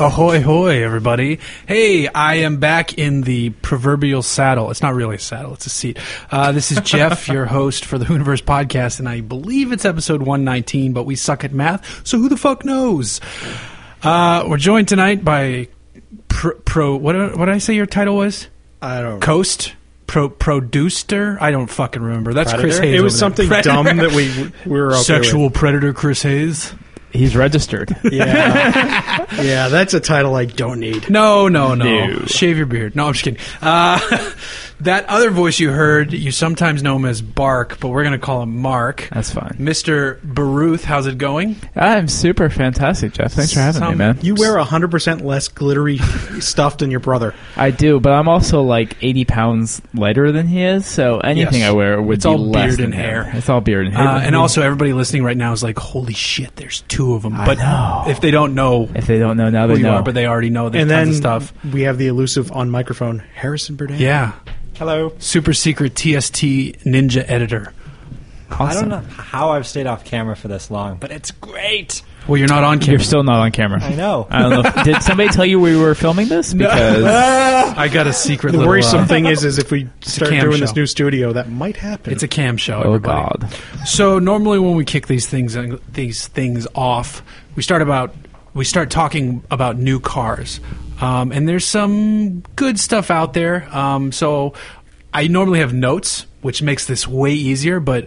Ahoy, hoy, everybody. Hey, I am back in the proverbial saddle. It's not really a saddle, it's a seat. Uh, this is Jeff, your host for the Hooniverse podcast, and I believe it's episode 119, but we suck at math, so who the fuck knows? Uh, we're joined tonight by pro, pro what, what did I say your title was? I don't know. Coast? Pro, producer? I don't fucking remember. That's Chris Predator? Hayes. It was over there. something Predator. dumb that we we were okay Sexual predator Chris Hayes? He's registered. With. Yeah, yeah, that's a title I don't need. No, no, no, No. Shave your beard. No, I'm just kidding. Uh, that other voice you heard, you sometimes know him as Bark, but we're going to call him Mark. That's fine. Mr. Baruth, how's it going? I'm super fantastic, Jeff. Thanks for having me, Some- man. You wear hundred percent less glittery stuff than your brother. I do, but I'm also like 80 pounds lighter than he is, so anything Yes. I wear would It's be all less beard than and him. hair. It's all beard and hair. Uh, and also, everybody listening right now is like, holy shit, there's two of them. I But know. if they don't know if they don't know now, who they you know. are, but they already know, there's and tons then of stuff. we have the elusive on microphone Harrison Burdett. Yeah. Hello. Super secret TST ninja editor. I Awesome. don't know how I've stayed off camera for this long, but it's great. Well, you're not on camera. You're still not on camera. I know. I don't know. Did somebody tell you we were filming this? Because I got a secret The little, worrisome uh, thing is, is if we start cam doing show. this new studio, that might happen. It's a cam show. oh everybody. god, So normally when we kick these things uh, these things off, we start about we start talking about new cars, um, and there's some good stuff out there. Um, so I normally have notes, which makes this way easier, but.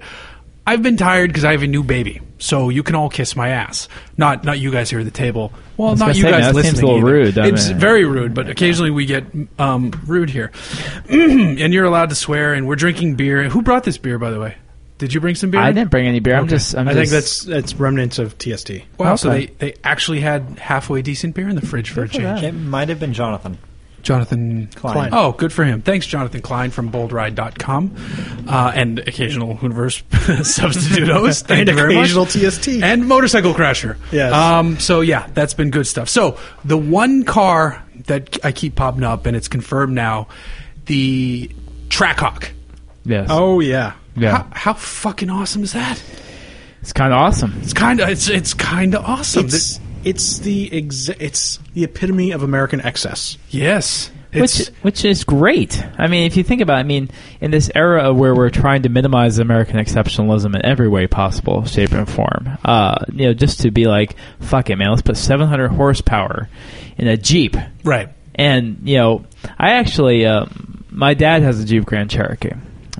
I've been tired because I have a new baby, so you can all kiss my ass. Not not you guys here at the table. Well, was not gonna you say, guys man, that listening. seems a little either. rude, doesn't It's it? very rude, but occasionally we get um, rude here. and you're allowed to swear, and we're drinking beer. Who brought this beer, by the way? Did you bring some beer? I didn't bring any beer. I'm Okay. just. I'm I just, think that's that's remnants of TST. Wow, so they, Okay. they actually had halfway decent beer in the fridge for a Good for change. them. It might have been Jonathan Jonathan Klein. Klein. Oh, good for him. Thanks, Jonathan Klein from boldride.com uh, and occasional Hooniverse substitute host. Thank And you very occasional much. TST. And Motorcycle Crasher. Yes. Um, so, yeah, that's been good stuff. So, the one car that I keep popping up, and it's confirmed now, the Trackhawk. yes. Oh yeah, yeah. How, how fucking awesome is that? It's kind of awesome. It's kind of it's it's kind of awesome. it's it's the exa- it's the epitome of American excess. yes. which which is great. I mean, if you think about, it, I mean, in this era where we're trying to minimize American exceptionalism in every way possible, shape, and form, uh, you know, just to be like, fuck it, man, let's put 700 horsepower in a Jeep, right. and you know, I actually, uh, my dad has a Jeep Grand Cherokee,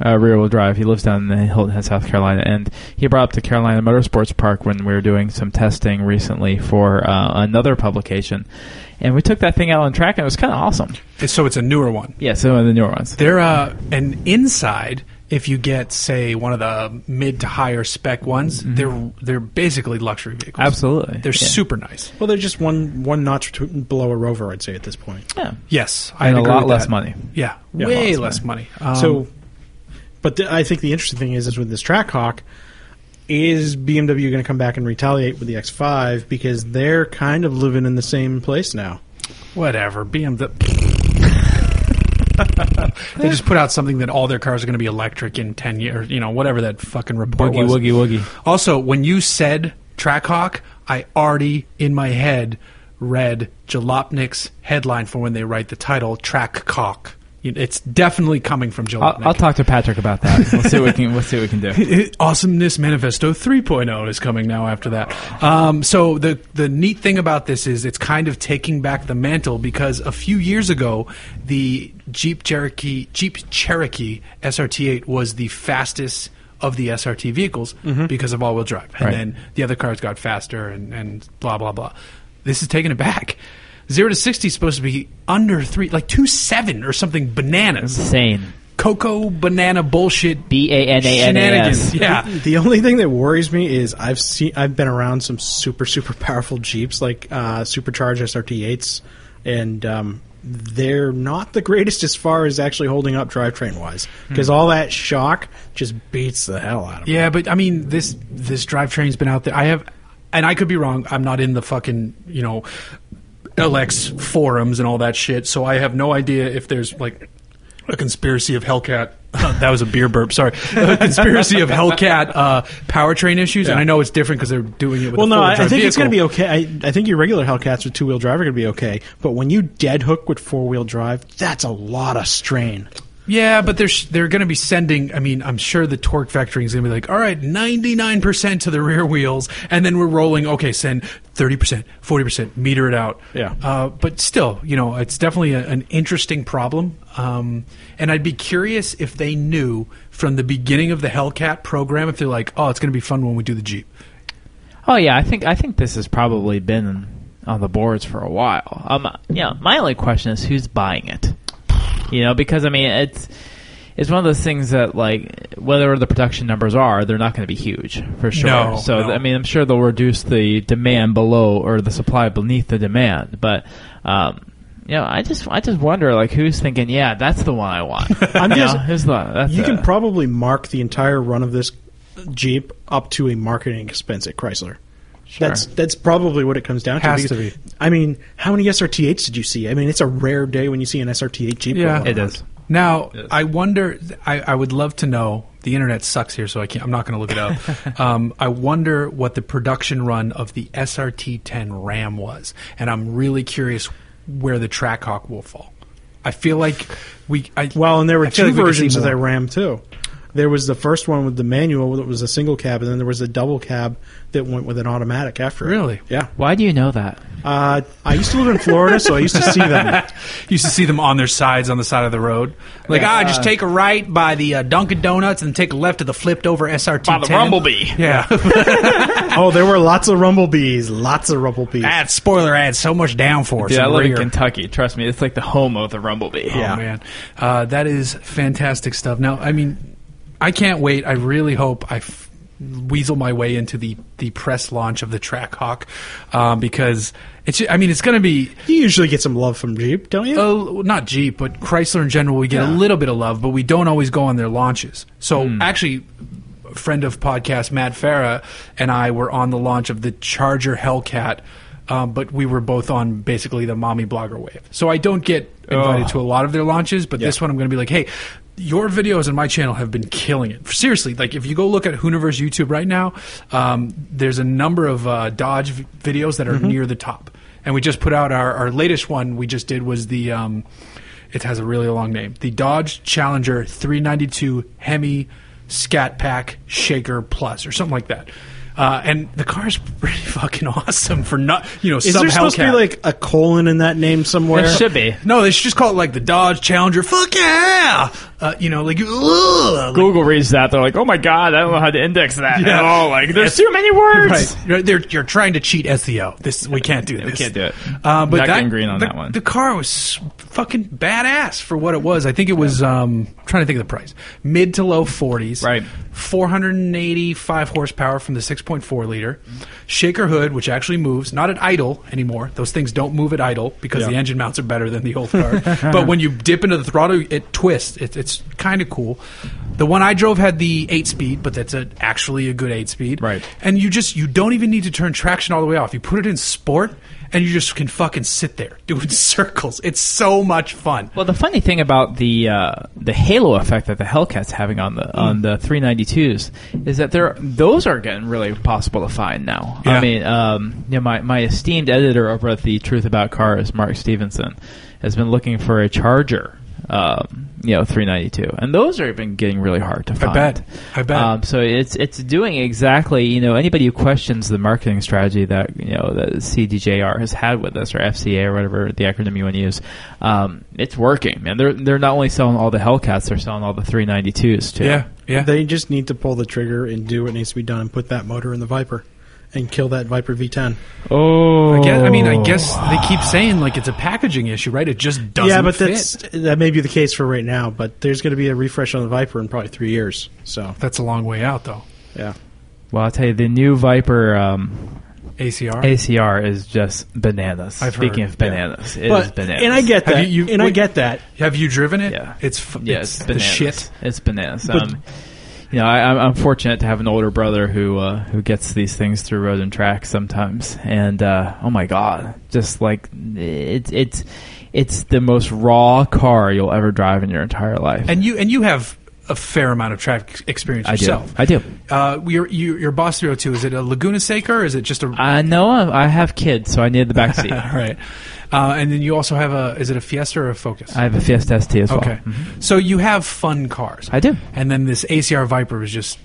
uh, rear wheel drive. He lives down in the Hilton Head, South Carolina, and he brought up the Carolina Motorsports Park when we were doing some testing recently for uh, another publication, and we took that thing out on track, and it was kind of awesome. So it's a newer one. Yeah, some of the newer ones. They're uh, an inside. If you get, say, one of the mid to higher spec ones, they're they're basically luxury vehicles. Mm-hmm. Absolutely. they're Yeah. super nice. Well, they're just one one notch between- below a Rover, I'd say at this point. Yeah. Yes, I And a agree lot with less that. money. Yeah, Yeah, way lots less money. Um, so, but the, I think the interesting thing is, is with this Trackhawk, is BMW going to come back and retaliate with the X5 because they're kind of living in the same place now. whatever, BMW. they just put out something that all their cars are going to be electric in ten years. You know, whatever that fucking report Boogie was. woogie woogie. Also, when you said Trackhawk, I already in my head read Jalopnik's headline for when they write the title Trackhawk. You- It's definitely coming from Jalopnik. I'll, I'll talk to Patrick about that. We'll see what we can. We'll see what we can do. Awesomeness Manifesto 3.0 is coming now after that. Um, so the the neat thing about this is it's kind of taking back the mantle because a few years ago the Jeep Cherokee Jeep Cherokee SRT8 was the fastest of the SRT vehicles because of all-wheel drive. And Right. then the other cars got faster and, and blah blah blah. This is taking it back. 0 to 60 is supposed to be under 3 like 2 7 or something bananas Insane. cocoa banana bullshit B A N A N A shenanigans. S. Yeah. The only thing that worries me is I've seen I've been around some super super powerful Jeeps like uh, supercharged SRT8s, and um, they're not the greatest as far as actually holding up drivetrain wise because all that shock just beats the hell out of them. Hmm. Yeah, but I mean this this drivetrain's been out there. I have, and I could be wrong. I'm not in the fucking you know, LX forums and all that shit. So I have no idea if there's like a conspiracy of Hellcat. that was a beer burp. Sorry, a conspiracy of Hellcat uh, powertrain issues. And I know it's different because they're doing it with. Well, a no, I, I four-wheel think drive it's going to vehicle. be okay. I, I think your regular Hellcats with two wheel drive are going to be okay, but when you dead hook with four wheel drive, that's a lot of strain. Yeah, but they're they're going to be sending. I mean, I'm sure the torque vectoring is going to be like, all right, 99 percent to the rear wheels, and then we're rolling. Okay, send 30 percent, 40 percent, meter it out. Yeah. Uh, but still, you know, it's definitely a, an interesting problem. Um, and I'd be curious if they knew from the beginning of the Hellcat program if they're like, oh, it's going to be fun when we do the Jeep. Oh yeah, I think I think this has probably been on the boards for a while. Um, yeah, my only question is who's buying it? You know, because I mean, it's it's one of those things that like whatever the production numbers are, they're not going to be huge for sure. No, so no. I mean, I'm sure they'll reduce the demand below or the supply beneath the demand, but. Um, you know, I just I just wonder like who's thinking, yeah, that's the one I want. I'm You know, just- who's the that's You the- can probably mark the entire run of this Jeep up to a marketing expense at Chrysler. Sure. That's that's probably what it comes down to. Has to because- I mean, how many SRT8s did you see? I mean, it's a rare day when you see an SRT8 Jeep. Yeah. rolling it around. is. Now, Yes. I wonder. I, I would love to know. The internet sucks here, so I can't. I'm not going to look it up. um, I wonder what the production run of the SRT-10 Ram was, and I'm really curious where the Trackhawk will fall. I feel like we. I, Well, and there were I feel two like we could see versions of more. that Ram too. There was the first one with the manual that was a single cab, and then there was a double cab that went with an automatic after. it. Really? Yeah. Why do you know that? Uh, I used to live in Florida, so I used to see them. used to see them on their sides on the side of the road. Like, ah, just take a right by the uh, Dunkin' Donuts and take a left to the flipped over SRT. By the Rumblebee. Yeah. Oh, there were lots of rumble bees, lots of rumble bees. that spoiler adds so much downforce. Dude, I and live in rear. Kentucky. Trust me, it's like the home of the Rumblebee. Oh man, uh, that is fantastic stuff. Now, I mean, I can't wait. I really hope I f- weasel my way into the the press launch of the Trackhawk um, because it's. ju- I mean, it's going to be You usually get some love from Jeep, don't you? uh, not Jeep, but Chrysler in general. We get a Yeah. Hmm. little bit of love, but we don't always go on their launches. So actually. a Friend of podcast Matt Farah and I were on the launch of the Charger Hellcat, um, but we were both on basically the mommy blogger wave. So I don't get invited to a lot of their launches, but this one I'm going to be like, hey, your videos on my channel have been killing it. Seriously, like if you go look at Hooniverse YouTube right now, um, there's a number of uh, Dodge v- videos that are Mm-hmm. near the top. And we just put out our, our latest one we just did was the, um, it has a really long name, the Dodge Challenger 392 Hemi Scat Pack Shaker Plus or something like that. Uh, and the car's pretty fucking awesome for not, you know, Is some there supposed to be Hellcat. like a colon in that name somewhere? It should be. No, they should just call it like the Dodge Challenger. Fuck yeah! Uh, you know, like, ugh, like Google reads that, they're like, "Oh my god, I don't know how to index that Yeah. at all." Like, there's too many words. right. You're, they're, you're trying to cheat SEO. This we can't do We this. can't do it. Uh, but that, Not getting green on the, that one. The car was fucking badass for what it was. I think it was. Um, I'm trying to think of the price. Mid to low 40s. Right. 485 horsepower from the 6.4 liter. Shaker hood, which actually moves, not at idle anymore. Those things don't move at idle because the engine mounts are better than the old car. but when you dip into the throttle, it twists. It, it's kind of cool. The one I drove had the eight speed, but that's a, actually a good eight speed. Right. And you just you don't even need to turn traction all the way off. You put it in sport, and you just can fucking sit there doing circles. It's so much fun. Well, the funny thing about the uh, the halo effect that the Hellcat's having on Mm. the on the 392s is that there those are getting really possible to find now. Yeah. I mean, um, you know, my my esteemed editor over at the Truth About Cars, Mark Stevenson, has been looking for a Charger. Um, you know, 392, and those are been getting really hard to find. bet. I bet. Um, so it's it's doing exactly you know anybody who questions the marketing strategy that you know that CDJR has had with us or FCA or whatever the acronym you want to use, um, it's working. And they're they're not only selling all the Hellcats, they're selling all the 392s too. yeah. They just need to pull the trigger and do what needs to be done and put that motor in the Viper. and kill that Viper V10. Oh, I, guess, I mean, I guess they keep saying like it's a packaging issue, right? It just doesn't. yeah, but fit. that's that may be the case for right now, but there's going to be a refresh on the Viper in probably three years. So that's a long way out, though. yeah, Well, I'll tell you, the new Viper um, ACR. ACR is just bananas. I've Speaking heard, of bananas, it is but bananas. and I get Have that, you- you- and I wait. get that. Have you driven it? Yeah. It's f- yeah, it's, it's, the bananas. shit. It's bananas. But- um, you know, I, I'm, I'm fortunate to have an older brother who uh, who gets these things through road and track sometimes, and uh, oh my god, just like it's it's it's the most raw car you'll ever drive in your entire life. And you and you have a fair amount of traffic experience I do, yourself. I do. Uh, your, your your Boss 302 is it a Laguna Seca or is it just a I know Uh, I I have kids, so I need the back seat. All right. Uh, and then you also have a is it a Fiesta or a Focus? I have a Fiesta ST as well. okay. So you have fun cars. I do. And then this ACR Viper is just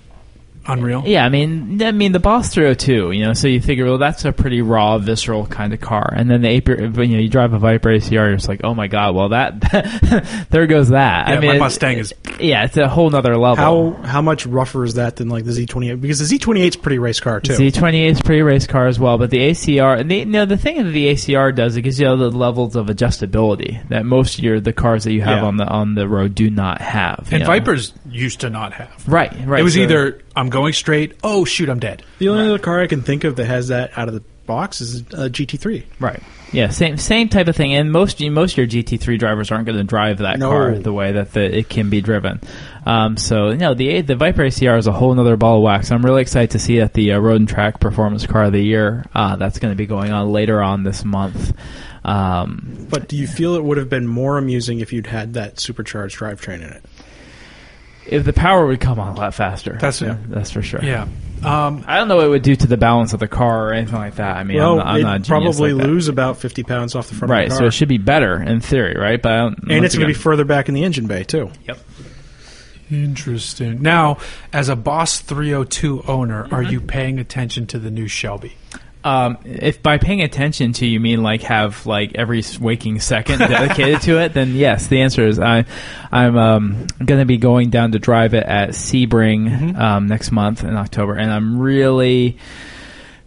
unreal. Yeah, I mean, I mean the Boss 302, you know, so you figure, well, that's a pretty raw, visceral kind of car, and then the Aper, you know, you drive a Viper ACR, you're just like, oh my god, well that, there goes that. Yeah, I mean, my it- Mustang is- yeah, it's a whole nother level. How how much rougher is that than like the Z28? Because the Z28 is pretty race car too. Z28 is pretty race car as well, but the ACR, and the, you know, the thing that the ACR does, it gives you all the levels of adjustability that most of your the cars that you have Yeah. on the on the road do not have. you And know? Vipers used to not have. right, right. it was so- either I'm going straight. Oh shoot, I'm dead. the only other car I can think of that has that out of the box is uh, a GT3. Right. Yeah, same same type of thing. And most most of your GT3 drivers aren't going to drive that No. car the way that the, it can be driven. Um, so no, the the Viper ACR is a whole other ball of wax. I'm really excited to see that the uh, Road and Track Performance Car of the Year uh, that's going to be going on later on this month. Um, But do you feel it would have been more amusing if you'd had that supercharged drivetrain in it? if the power would come on a lot faster, That's- yeah, that's for sure. Yeah. Um, I don't know what it would do to the balance of the car or anything like that. I mean, I'm well, not, I'm not a it'd genius probably like that. lose about 50 pounds off the front Right, of the car. so it should be better in theory, right? But I don't, and once it's going to again- be further back in the engine bay too. interesting. Now, as a Boss 302 owner, are Mm-hmm. you paying attention to the new Shelby? Um, if by paying attention to you mean like have like every s- waking second dedicated to it, then yes, the answer is I, I'm um, going to be going down to drive it at Sebring um, next month in October, and I'm really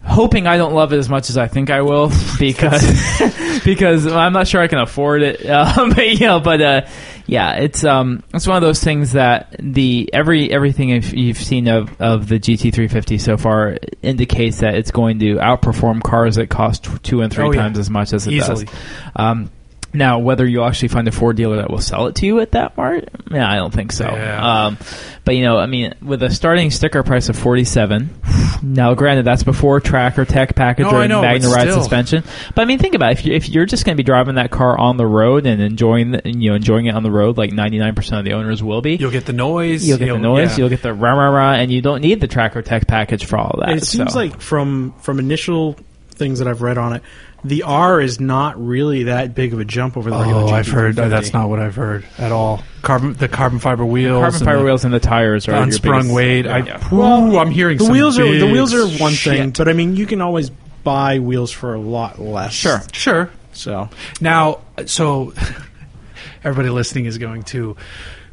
hoping I don't love it as much as I think I will because because I'm not sure I can afford it. Um, but you know, but uh, yeah, it's um, it's one of those things that the every everything if you've seen of of the GT350 so far indicates that it's going to outperform cars that cost tw- two and three Oh, yeah. times as much as it Easily. does. Um, now, whether you'll actually find a Ford dealer that will sell it to you at that mart, yeah, I don't think so. Yeah. Um, but you know, I mean, with a starting sticker price of forty-seven. Now, granted, that's before tracker tech package No, or I know, Magna but Ride still. suspension. But I mean, think about it. if you if you're just going to be driving that car on the road and enjoying the, you know enjoying it on the road, like ninety-nine percent of the owners will be. You'll get the noise. You'll get the noise. yeah. You'll get the rah rah rah, and you don't need the tracker tech package for all that. It seems so. like from from initial things that I've read on it, the R is not really that big of a jump over the regular. Oh, I've heard GT350. that's not what I've heard at all. Carbon, the carbon fiber wheels, carbon and fiber the wheels and the tires are the your unsprung biggest- weight. I, Yeah. Ooh, I'm hearing The some wheels are the big wheels are one thing, shit. but I mean you can always buy wheels for a lot less. Sure. Sure. So Now, so everybody listening is going to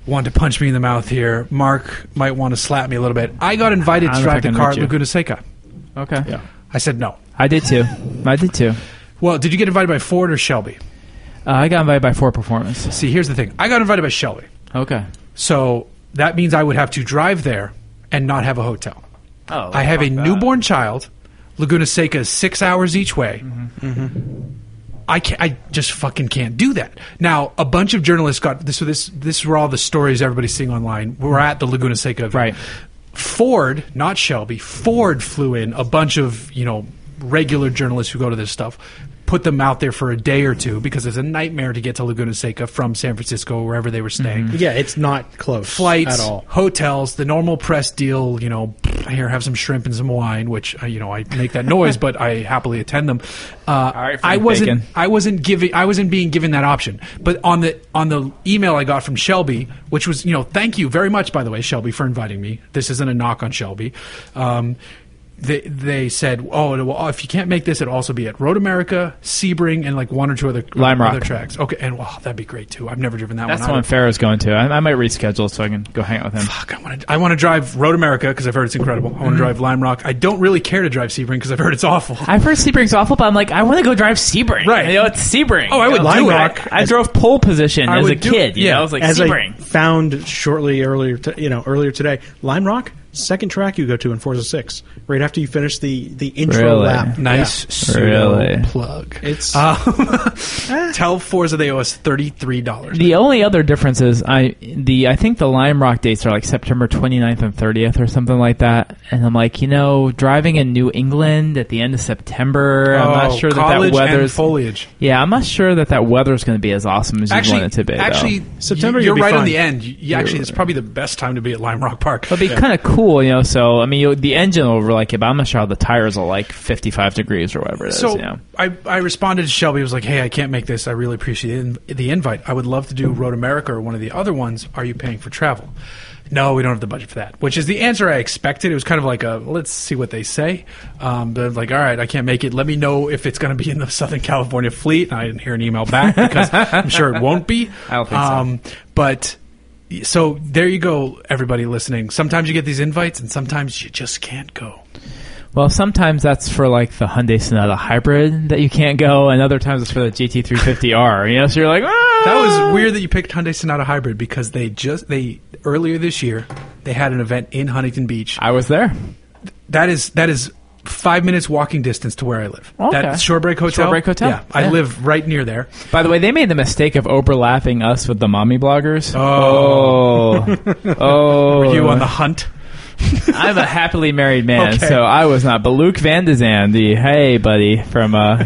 want to punch me in the mouth here. Mark might want to slap me a little bit. I got invited I to don't drive think the I can car hurt at you. Laguna Seca. Okay. yeah, I said no. I did too. I did too. Well, did you get invited by Ford or Shelby? Uh, I got invited by four performance. See, here's the thing. I got invited by Shelby. Okay. So that means I would have to drive there and not have a hotel. Oh, I have a newborn child. Laguna Seca is six hours each way. I can't, I just fucking can't do that. Now, a bunch of journalists got this. So this this were all the stories everybody's seeing online. We're at the Laguna Seca event. Right. Ford, not Shelby. Ford flew in a bunch of you know regular journalists who go to this stuff. Put them out there for a day or two because it's a nightmare to get to Laguna Seca from San Francisco, wherever they were staying yeah, it's not close flights, at all. hotels, the normal press deal. You know, here have some shrimp and some wine, which uh, you know I make that noise, but I happily attend them. Uh, right, Frank I wasn't. Bacon. I wasn't giving. I wasn't being given that option. But on the on the email I got from Shelby, which was you know, thank you very much by the way, Shelby, for inviting me. This isn't a knock on Shelby. Um, they they said, oh, well, if you can't make this, it'll also be at Road America, Sebring, and like one or two other Lime Rock. other tracks. Okay, and wow, that'd be great too. I've never driven that That's the one. one Farrah's going to. I, I might reschedule so I can go hang out with him. Fuck, I want to. I want to drive Road America because I've heard it's incredible. I want to Mm-hmm. drive Lime Rock. I don't really care to drive Sebring because I've heard it's awful. I've heard Sebring's awful, but I'm like, I want to go drive Sebring. Right. You know, it's Sebring. Oh, I would You know, do I- it. I, drove pole position I as would a do- kid. You yeah. know, I was like, As Sebring. I found shortly earlier, to, you know, earlier today, Lime Rock, second track you go to in Forza Six, right after you finish the the intro Really? lap. Nice pseudo Really? plug. It's eh. Tell Forza they owe us thirty three dollars. The only other difference is I the I think the Lime Rock dates are like September 29th and 30th or something like that, and I'm like, you know, driving in New England at the end of September, I'm not sure that that Oh, college and weather's foliage. yeah, I'm not sure that that weather's going to be as awesome as you Actually, want it to be. though. actually, September, September. You're you'll be right on fine. the end. You, you actually, it's probably the best time to be at Lime Rock Park. It'll be kind of cool, you know. So I mean, you the engine will like it, but I'm not sure how the tires are like 55 degrees or whatever it is. So you know. I, I responded to Shelby. I was like, "Hey, I can't make this. I really appreciate in- the invite. I would love to do Road America or one of the other ones. Are you paying for travel?" No, we don't have the budget for that. Which is the answer I expected. It was kind of like a let's see what they say. Um, but like, all right, I can't make it. Let me know if it's going to be in the Southern California fleet. And I didn't hear an email back because I'm sure it won't be. Um, I don't think so. But so there you go, everybody listening. Sometimes you get these invites, and sometimes you just can't go. Well, sometimes that's for like the Hyundai Sonata Hybrid that you can't go, and other times it's for the GT350R. You know, so you're like, ah! That was weird that you picked Hyundai Sonata Hybrid because they just they earlier this year they had an event in Huntington Beach. I was there. That is that is five minutes walking distance to where I live. Okay. That Shorebreak Hotel. Shorebreak Hotel. Yeah, I Yeah. live right near there. By the way, they made the mistake of overlapping us with the mommy bloggers. Oh. oh, oh. You on the hunt? I'm a happily married man, Okay. so I was not. But Luke Van de Zand, the hey buddy from uh,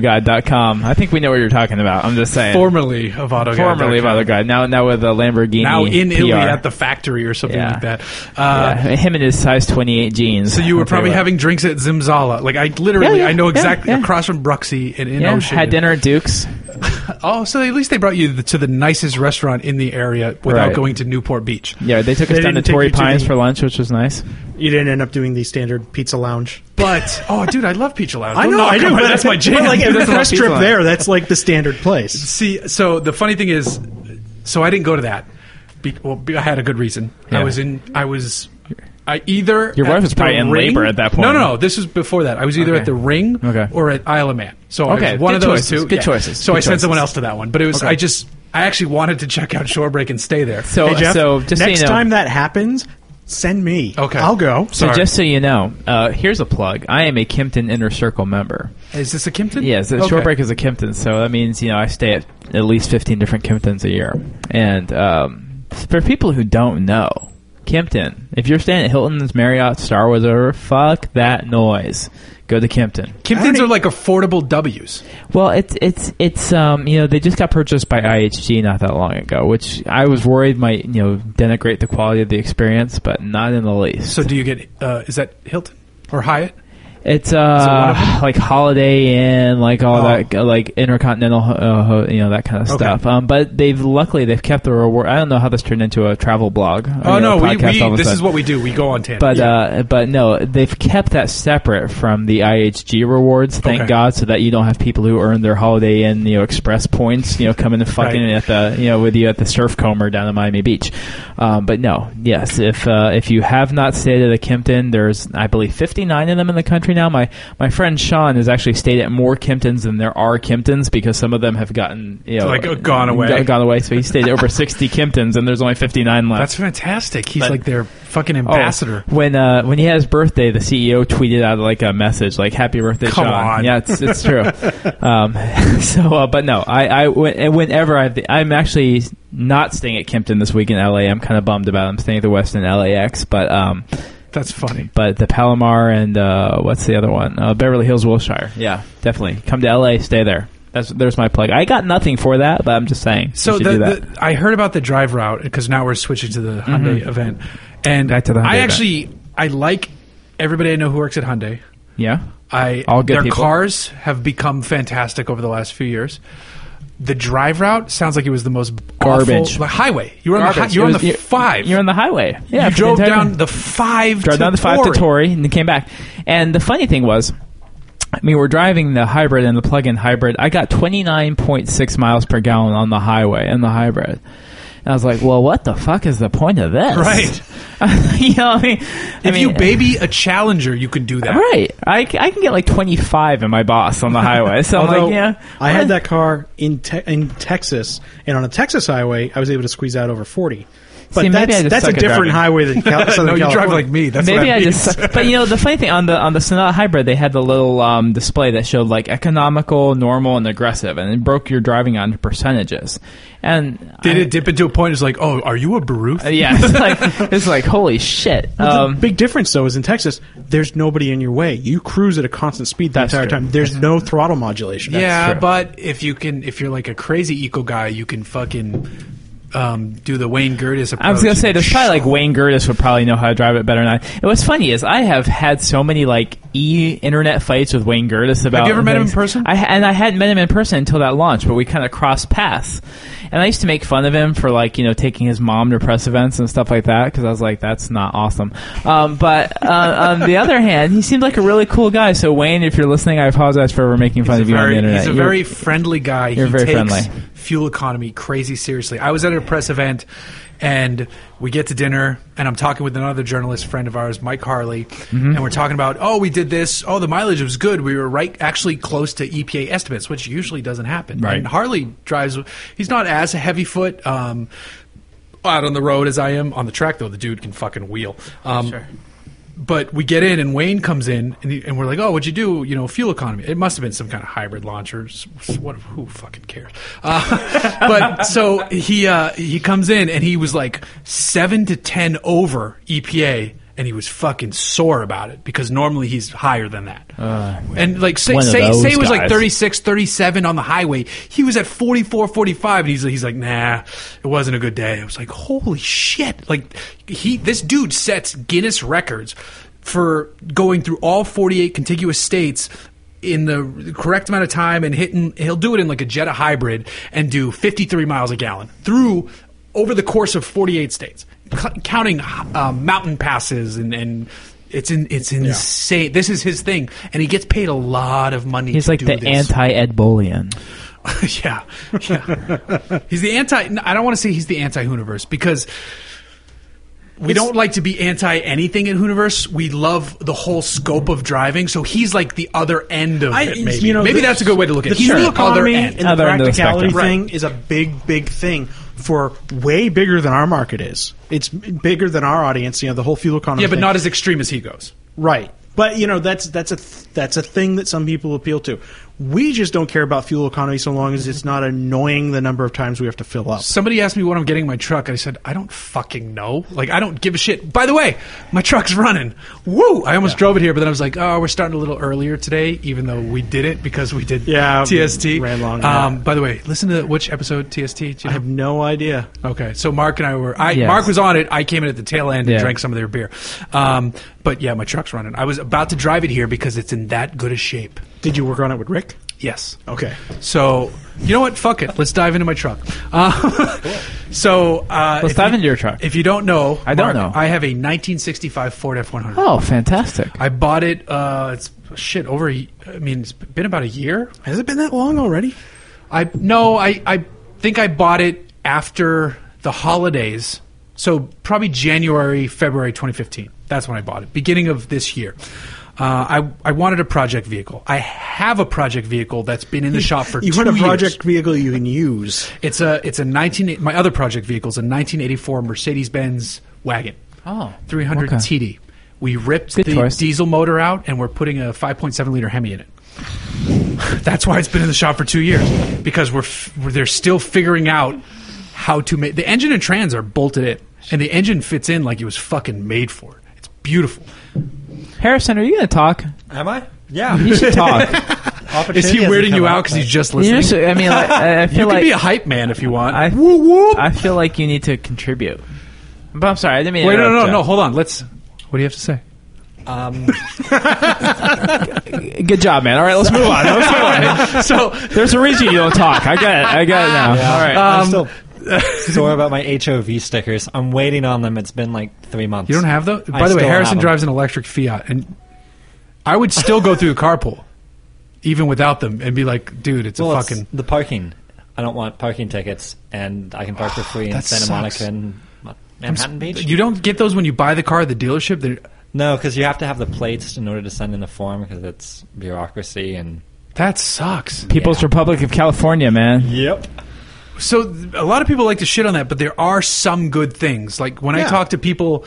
goodlittleautogod.com. I think we know what you're talking about. I'm just saying. Formerly of Auto. Formerly of AutoGuide, now now with a Lamborghini. Now in PR. Italy at the factory or something Yeah. like that. Yeah, Uh, him and his size 28 jeans. So you were I'll tell probably what. having drinks at Zimzala. Like I literally, Yeah, yeah, I know yeah, exactly yeah. across from Bruxy and in yeah, Ocean. had dinner at Duke's. Oh, so at least they brought you to the nicest restaurant in the area without Right. going to Newport Beach. Yeah, they took They us down to didn't take Torrey you to Pines the- for lunch, which was nice. you didn't end up doing the standard pizza lounge. But oh, dude, I love Peach Lounge. I Don't know, knock I do. it, But that's my jam. But like That's every my press pizza trip line. there, that's like the standard place. See, so the funny thing is, so I didn't go to that. Be, well, be, I had a good reason. Yeah. I was in. I was. I either Your wife at was the probably in Ring- labor at that point. No, no, no. This was before that. I was either Okay. at the Ring Okay. or at Isle of Man. So I Okay, was one good of those choices, two. good choices, So good I sent someone choices. else to that one, but it was. I just. I actually wanted to check out Shorebreak and stay there. So, Hey, Jeff, so just next so you know, time that happens, send me. Okay. I'll go. So- so Sorry. just so you know, uh, here's a plug. I am a Kempton Inner Circle member. is this a Kimpton? Yes, the Okay. short break is a Kempton, so that means you know I stay at at least fifteen different Kemptons a year. And um, for people who don't know, Kempton, if you're staying at Hilton's, Marriott, Star Wars, or fuck that noise, go to Kempton. Kimptons are like affordable W's. Well, it's it's it's um you know they just got purchased by IHG not that long ago, which I was worried might you know denigrate the quality of the experience, but not in the least. So do you get? Uh, is that Hilton or Hyatt? It's one uh of them? like Holiday Inn, like all Oh. that, like Intercontinental, uh, ho- you know that kind of stuff. Um, but they've luckily they've kept the reward. I don't know how this turned into a travel blog. Oh no, we, we this is is what we do. We go on tangents. But uh, but no, they've kept that separate from the IHG rewards. Thank Okay. God, so that you don't have people who earn their Holiday Inn, you know, Express points, you know, coming and fucking Right. at the you know with you at the surf comber down in Miami Beach. Um, but no, yes, if uh, if you have not stayed at a Kempton, there's I believe 59 of them in the country now. My my friend Sean has actually stayed at more Kemptons than there are Kemptons because some of them have gotten you know Like, uh, gone away. go- gone away. So he stayed at over 60 Kemptons, and there's only 59 left. That's fantastic. He's uh, But- like their fucking Oh, ambassador. when uh, when he had his birthday, the CEO tweeted out like a message like "Happy birthday, Come Sean." on. Yeah, it's it's true. um, so, uh, but no, I I when- and whenever I I'm actually not staying at Kempton this week in LA. I'm kind of bummed about. It. I'm staying at the Westin LAX, but um, That's funny. but the Palomar and uh, what's the other one? Uh, Beverly Hills Wilshire. Yeah, definitely come to LA, stay there. That's there's my plug. I got nothing for that, but I'm just saying. you So should the, do that. Mm-hmm. the I heard about the drive route because now we're switching to the Hyundai event, and Back to the Hyundai I event. actually I like everybody I know who works at Hyundai. yeah. I All good their people. cars have become fantastic over the last few years. The drive route sounds like it was the most Garbage. awful- like, highway. You were on the hi- Garbage. you were It on was- the you're- five. You're on the highway. Yeah, you for drove entire- down the five. to drove down the five Torrey. to Torrey and then came back. And the funny thing was, I mean, we're driving the hybrid and the plug-in hybrid. I got 29.6 miles per gallon on the highway in the hybrid. And I was like, well, what the fuck is the point of this? Right. you know, I mean, If you baby a Challenger, you can do that. Right. I, c- I can get like 25 in my boss on the highway. So I'm Although like, yeah. I had that car in te- in Texas, and on a Texas highway, I was able to squeeze out over forty. But See, maybe I that's just that's a suck at different driving. highway than Cal- Southern no, you drive California. like me. That's Maybe what I that just, means. suck. but you know, the funny thing on the on the Sonata Hybrid, they had the little um, display that showed like economical, normal, and aggressive, and it broke your driving onto percentages. And Did I- it dip into a point? It's like, oh, are you a Baruth? Uh, Yeah, it's like it's like holy shit. Well, the Um, big difference though is in Texas, there's nobody in your way. You cruise at a constant speed the That's entire true. time. There's no throttle modulation. yeah, true. but if you can, if you're like a crazy eco guy, you can fucking um, do the Wayne Curtis approach. I was gonna say and there's probably like Wayne Gertis would probably know how to drive it better than I. And what's funny is I have had so many like e internet fights with Wayne Gertis about. ever met him in things. person? I ha- and I hadn't met him in person until that launch, but we kind of crossed paths. And I used to make fun of him for like you know taking his mom to press events and stuff like that because I was like that's not awesome. Um, but uh, on the other hand, he seemed like a really cool guy. So Wayne, if you're listening, I apologize for ever making fun He's a of you on the very, internet. he's a You're- very friendly guy. You're he very takes friendly. fuel economy crazy seriously. I was at a press event, and we get to dinner, and I'm talking with another journalist friend of ours, Mike Harley, Mm-hmm. and we're talking about, oh, we did this. Oh, the mileage was good. We were right, actually close to EPA estimates, which usually doesn't happen. Right. And Harley drives. He's not as a heavy foot. Um, out on the road as I am on the track, though the dude can fucking wheel. Um, But we get in, and Wayne comes in, and, he, and we're like, "Oh, what'd you do? You know, fuel economy. It must have been some kind of hybrid launcher. S- s- What? Who fucking cares?" Uh, but so he uh, he comes in, and he was like seven to ten over EPA, and he was fucking sore about it because normally he's higher than that. and like say Uh, one of say, those say it was like guys. thirty 36, 37 on the highway. He was at 44, 45, and he's, he's like, nah, it wasn't a good day. I was like, holy shit. Like, he, this dude sets Guinness records for going through all 48 contiguous states in the correct amount of time and hitting, he'll do it in like a Jetta hybrid and do 53 miles a gallon through over the course of 48 states, c- counting uh, mountain passes and, and it's in, it's insane. This is his thing, and he gets paid a lot of money. He's to like do the this. anti-Ed Bullion. yeah, yeah. he's the anti. no, I don't want to say he's the anti Hooniverse because we don't like to be anti anything in Hooniverse. We love the whole scope of driving, so he's like the other end of I- it. Maybe, you know, maybe the- that's a good way to look at The it. He's fuel the other economy and end. the Other end of the practicality spectrum. thing is a big, big thing for way bigger than our market is. It's bigger than our audience. You know, the whole fuel economy. Yeah, but thing. not as extreme as he goes. Right. But you know that's that's a th- that's a thing that some people appeal to. We just don't care about fuel economy so long as it's not annoying the number of times we have to fill up. Somebody asked me what I'm getting in my truck. I said, I don't fucking know. Like, I don't give a shit. By the way, my truck's running. Woo! I almost drove it here, but then I was like, oh, we're starting a little earlier today, even though we did it because we did Yeah, we TST. ran long, Um, yeah. by the way, listen to which episode TST? Do you I know? have no idea. Okay, so Mark and I were. I Yes. Mark was on it. I came in at the tail end and Yeah. drank some of their beer. Um, but yeah, my truck's running. I was about to drive it here because it's in that good a shape. Did you work on it with Rick? Yes. Okay. So you know what? Fuck it. Let's dive into my truck. Uh, so uh, Let's if dive you- into your truck. If you don't know, I don't Mark, know. I have a 1965 Ford F100. Oh, fantastic! I bought it. Uh, it's shit over. a y- I mean, it's been about a year. Has it been that long already? I no, I I think I bought it after the holidays, so probably January, February 2015. That's when I bought it, beginning of this year. Uh, I I wanted a project vehicle. I have a project vehicle that's been in the shop for You two want a years. project vehicle you can use. It's a it's a 19 my other project vehicle is a 1984 Mercedes Benz wagon. Oh, 300 okay. TD. We ripped Good the choice. diesel motor out and we're putting a 5.7 liter Hemi in it. That's why it's been in the shop for 2 years because we're, f- we're they're still figuring out how to make the engine and trans are bolted in and the engine fits in like it was fucking made for it. It's beautiful. Harrison, are you going to talk? Am I? Yeah. You should talk. Is he hasn't weirding come you up, out cuz but- he's just You listening? just- I mean, like, I I feel You can like be a hype man if you want. I- whoop, whoop. I feel like you need to contribute. But I'm sorry, I didn't mean. to Wait, no, no, no, interrupt you. no. Hold on. Let's. What do you have to say? Um, Good job, man. All right, let's move on. Let's move on. So there's a reason you don't talk. I got it. I got it now. All Uh, right. Uh, Um, I'm still sore about my HOV stickers. I'm waiting on them. It's been like three months. You don't have those? I By the way, still have Harrison 'em. drives an electric Fiat, and I would still go through the carpool, even without them, and be like, dude, it's Well, a it's fucking. the parking. I don't want parking tickets, and I can park for free in That Santa sucks. Monica and Ma- Manhattan Beach. You don't get those when you buy the car at the dealership. They're- no, because you have to have the plates in order to send in the form because it's bureaucracy and. That sucks. People's Republic of California, man. Yep. So th- a lot of people like to shit on that, but there are some good things. Like when I Yeah. talk to people,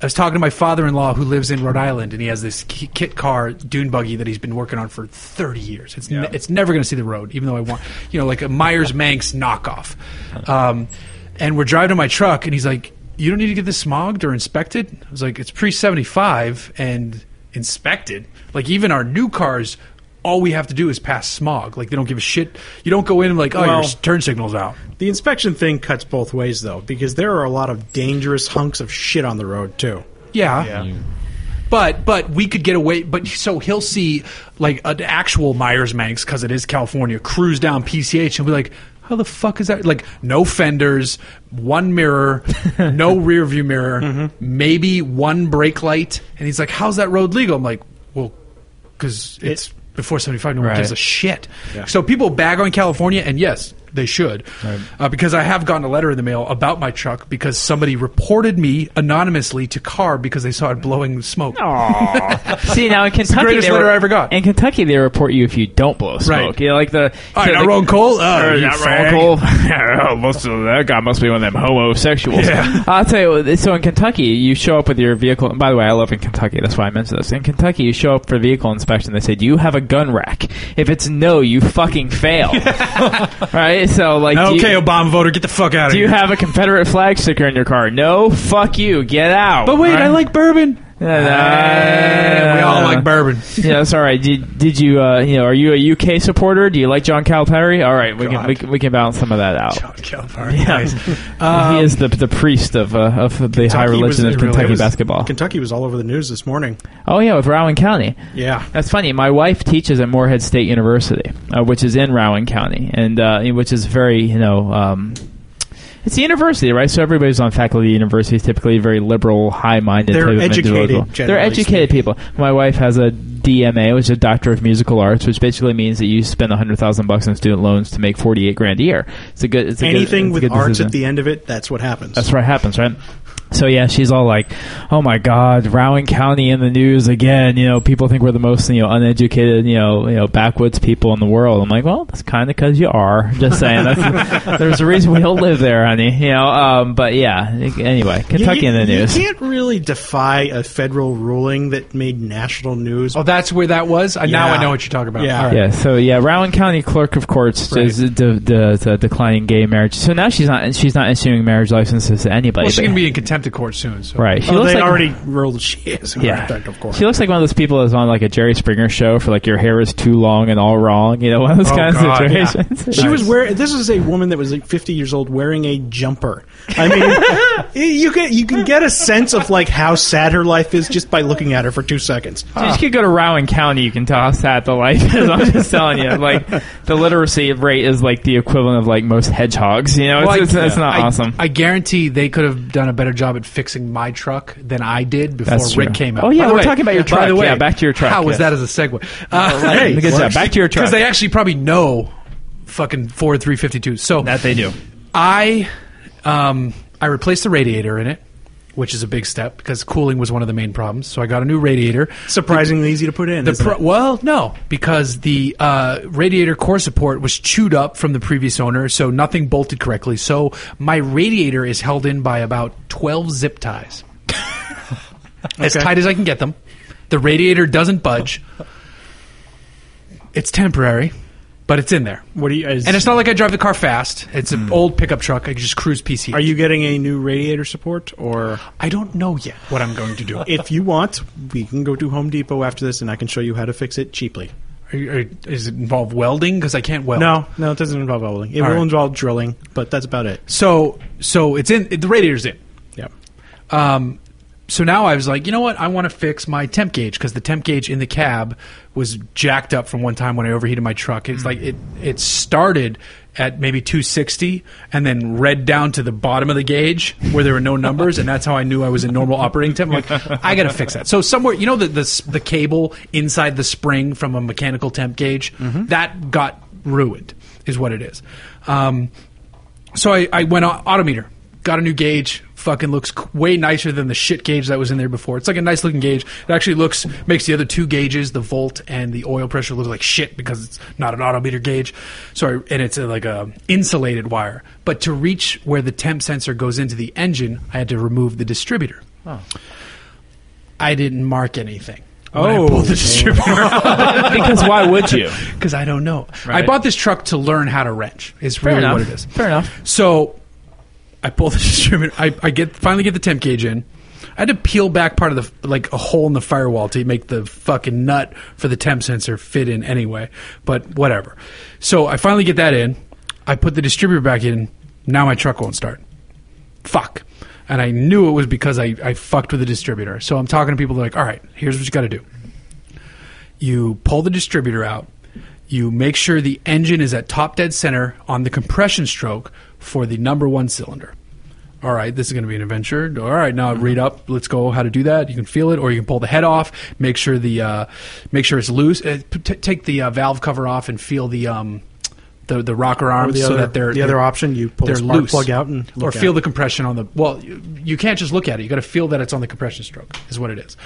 I was talking to my father-in-law who lives in Rhode Island, and he has this ki- kit car dune buggy that he's been working on for 30 years. It's ne- it's never going to see the road, even though I want, you know, like a Myers Manx knockoff. Um, and we're driving to my truck, and he's like, "You don't need to get this smogged or inspected." I was like, "It's pre-75 and inspected. Like even our new cars." All we have to do is pass smog. Like they don't give a shit. You don't go in and like, oh, your Well- s- turn signals out. The inspection thing cuts both ways, though, because there are a lot of dangerous hunks of shit on the road, too. Yeah. But but we could get away. But so he'll see like an actual Myers Manx because it is California cruise down PCH and be like, how the fuck is that? Like no fenders, one mirror, no rear view mirror, maybe one brake light, and he's like, how's that road legal? I'm like, well, because it's. before 75, no one gives a shit. So people bag on California, and yes, they should. Uh, because I have gotten a letter in the mail about my truck because somebody reported me anonymously to CAR because they saw it blowing smoke. Aw. See now in Kentucky, greatest they letter re- I ever got. In Kentucky, they report you if you don't blow smoke. Right. You know, like the All right, so now the- Ron Cole. Oh, Or you not fag. Ron Cole. oh, most of that guy must be one of them homosexuals. I'll tell you. what, So in Kentucky, you show up with your vehicle. And by the way, I live in Kentucky. That's why I mentioned this. In Kentucky, you show up for vehicle inspection. They say, "Do you have a gun rack?" If it's no, you fucking fail. right. So like, do you- Okay, Obama voter, get the fuck out of do you here. have a Confederate flag sticker in your car? No, fuck you. Get out. but wait, Right? I like bourbon. Eh, Uh, we all like bourbon. yeah, that's all right. Did, did you, uh, you know, are you a UK supporter? Do you like John Calipari? All right, we can, we can we can balance some of that out. Nice. he is the the priest of uh, of the high Um, Kentucky religion was- of it really Kentucky was- basketball. Kentucky was all over the news this morning. Oh yeah, with Rowan County. Yeah. That's funny. My wife teaches at Moorhead State University, uh, which is in Rowan County, and uh, which is very you know. Um, it's a university, right? So everybody's on faculty. Universities typically very liberal, high-minded. They're type of educated, individual. They're generally educated people. My wife has a DMA, which is a Doctor of Musical Arts, which basically means that you spend hundred thousand bucks on student loans to make forty-eight grand a year. It's a good. It's a good- Anything it's a with good arts decision. at the end of it, that's what happens. That's what happens, right? So yeah, she's all like, "Oh my God, Rowan County in the news again." You know, people think we're the most you know uneducated, you know, you know, backwoods people in the world. I'm like, well, that's kind of because you are. Just saying, that's, there's a reason we don't live there, honey. You know, um, but yeah. Anyway, Kentucky you, in the news. You can't really defy a federal ruling that made national news. Oh, that's where that was? I, Now I Yeah. know what you're talking about. Yeah. All right. Yeah, so yeah, Rowan County Clerk of Courts Right. is de- de- de- declining gay marriage. So now she's not she's not issuing marriage licenses to anybody. Well, she's but- going to be in contempt of court soon. So. right. She Oh, looks they like- already ruled she is. Yeah, Yeah. Of course. She looks like one of those people that's on like a Jerry Springer show for like your hair is too long and all wrong. You know, one of those Oh, kind God, of yeah. situations. She was wearing. This is a woman that was like 50 years old wearing a jumper. I mean, you can you can get a sense of like how sad her life is just by looking at her for two seconds. Dude, you could go to Rowan County, you can tell how sad the life is. I'm just telling you, like the literacy rate is like the equivalent of like most hedgehogs. You know, it's, Well, I- it's, it's not I, awesome. I guarantee they could have done a better job at fixing my truck than I did before That's Rick true. came out. Oh, yeah, By the we're way- talking about your By the truck. way, Yeah, back to your truck, How was yes. that as a segue? Uh, right. Good job. works. Back to your truck. Because they actually probably know fucking Ford 352. So that they do. I um, I replaced the radiator in it, which is a big step because cooling was one of the main problems. So I got a new radiator. Surprisingly easy to put in. The isn't pro- it? well, no, because the uh, radiator core support was chewed up from the previous owner, so nothing bolted correctly. So my radiator is held in by about twelve zip ties, as Okay. tight as I can get them. The radiator doesn't budge. It's temporary, but it's in there, What do you? Is, and it's not like I drive the car fast. It's an old pickup truck. I can just cruise PC. Hmm. Are you getting a new radiator support or? I don't know yet what I'm going to do. If you want, we can go to Home Depot after this, and I can show you how to fix it cheaply. Are you- are- does it involve welding? Because I can't weld. No, no, it doesn't involve welding. It All will right. involve drilling, but that's about it. So so it's in. The radiator's in. Yeah. Um, so now I was like, you know what? I want to fix my temp gauge because the temp gauge in the cab was jacked up from one time when I overheated my truck. It's like it it started at maybe 260 and then read down to the bottom of the gauge where there were no numbers and that's how I knew I was in normal operating temp. I'm like I got to fix that. So somewhere, you know the, the s- the cable inside the spring from a mechanical temp gauge, that got ruined is what it is. Um, so I, I went on Autometer, got a new gauge. Fucking looks c- way nicer than the shit gauge that was in there before. It's like a nice looking gauge. It actually looks makes the other two gauges, the volt and the oil pressure, look like shit because it's not an autometer gauge. Sorry, and it's a, like a insulated wire. But to reach where the temp sensor goes into the engine, I had to remove the distributor. I didn't mark anything. when I Oh. pulled the distributor because why would you? because I don't know. I Right. bought this truck to learn how to wrench. Is Fair really enough. what it is. Fair enough. So I pull the distributor. I, I get finally get the temp gauge in. I had to peel back part of the like a hole in the firewall to make the fucking nut for the temp sensor fit in anyway. But whatever. So I finally get that in. I put the distributor back in. Now my truck won't start. Fuck. And I knew it was because I, I fucked with the distributor. So I'm talking to people they're like, all right, here's what you got to do you pull the distributor out, you make sure the engine is at top dead center on the compression stroke for the number one cylinder. All right, this is going to be an adventure. All right, now Mm-hmm. read up. Let's go. How to do that? You can feel it, or you can pull the head off. Make sure the uh, make sure it's loose. Uh, p- t- take the uh, valve cover off and feel the um, the the rocker Or arms the so other, that they're the they're- other option, you pull the they're spark loose. plug out and or look feel at the it. compression on the well you, you can't just look at it you got to feel that it's on the compression stroke is what it is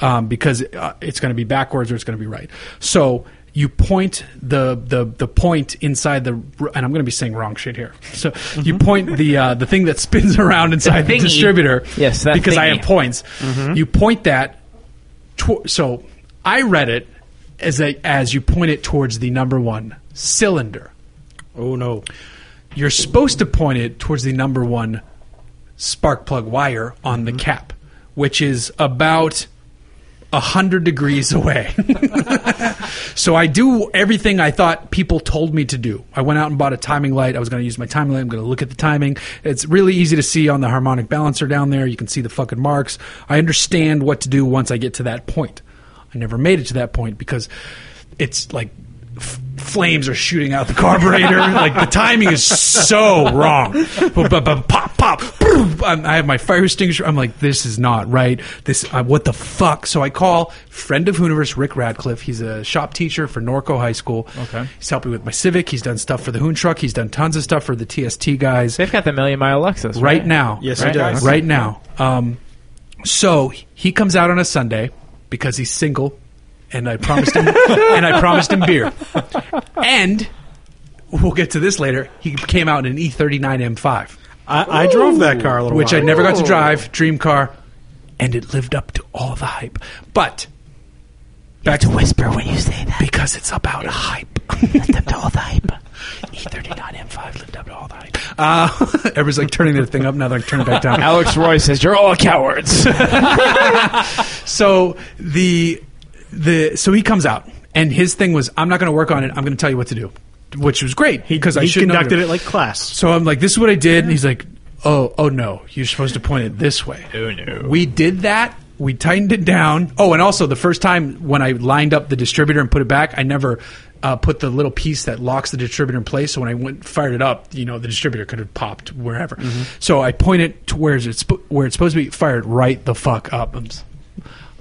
um, because uh, it's going to be backwards or it's going to be right so you point the, the the point inside the and I'm going to be saying wrong shit here. So you point the uh, the thing that spins around inside the, Mm-hmm. thingy. distributor. Yes, that because I thingy. Mm-hmm. have points. You point that tw- so I read it as a, as you point it towards the number one cylinder Oh no! you're supposed to point it towards the number one spark plug wire on the cap, which is about a hundred degrees away. so I do everything I thought people told me to do. I went out and bought a timing light. I was going to use my timing light. I'm going to look at the timing. It's really easy to see on the harmonic balancer down there. You can see the fucking marks. I understand what to do once I get to that point. I never made it to that point because it's like f- flames are shooting out the carburetor. like the timing is so wrong. Bu- bu- bu- Pop, pop. boom. I'm- I have my fire extinguisher. I'm like, this is not right. This, uh, what the fuck? So I call friend of Hooniverse, Rick Radcliffe. He's a shop teacher for Norco High School. Okay. He's helped me with my Civic. He's done stuff for the Hoon truck. He's done tons of stuff for the TST guys They've got the million mile Lexus right, right, now. Yes, right? he does. Right now. Um, so he comes out on a Sunday because he's single, and I promised him, and I promised him beer, and we'll get to this later. He came out in an E E39 M5, I, I drove that car a little, which I while. never got to drive. Dream car, and it lived up to all the hype. But back to whisper when you say that because it's about hype. E lived up to all the hype. E39 M5 lived up to all the hype. Uh, everybody's like turning their thing up now. They're like turning it back down. Alex Roy says you're all cowards. so the the so he comes out and his thing was I'm not going to work on it. I'm going to tell you what to do, which was great because I he should know conducted to- it like class. So I'm like, this is what I did, and he's like, oh oh no, you're supposed to point it this way. Oh, no. We did that. We tightened it down. Oh, and also the first time when I lined up the distributor and put it back, I never. Uh, put the little piece that locks the distributor in place. So when I went fired it up, you know the distributor could have popped wherever. Mm-hmm. So I point it to where it's sp- where it's supposed to be fired right the fuck up. I'm s-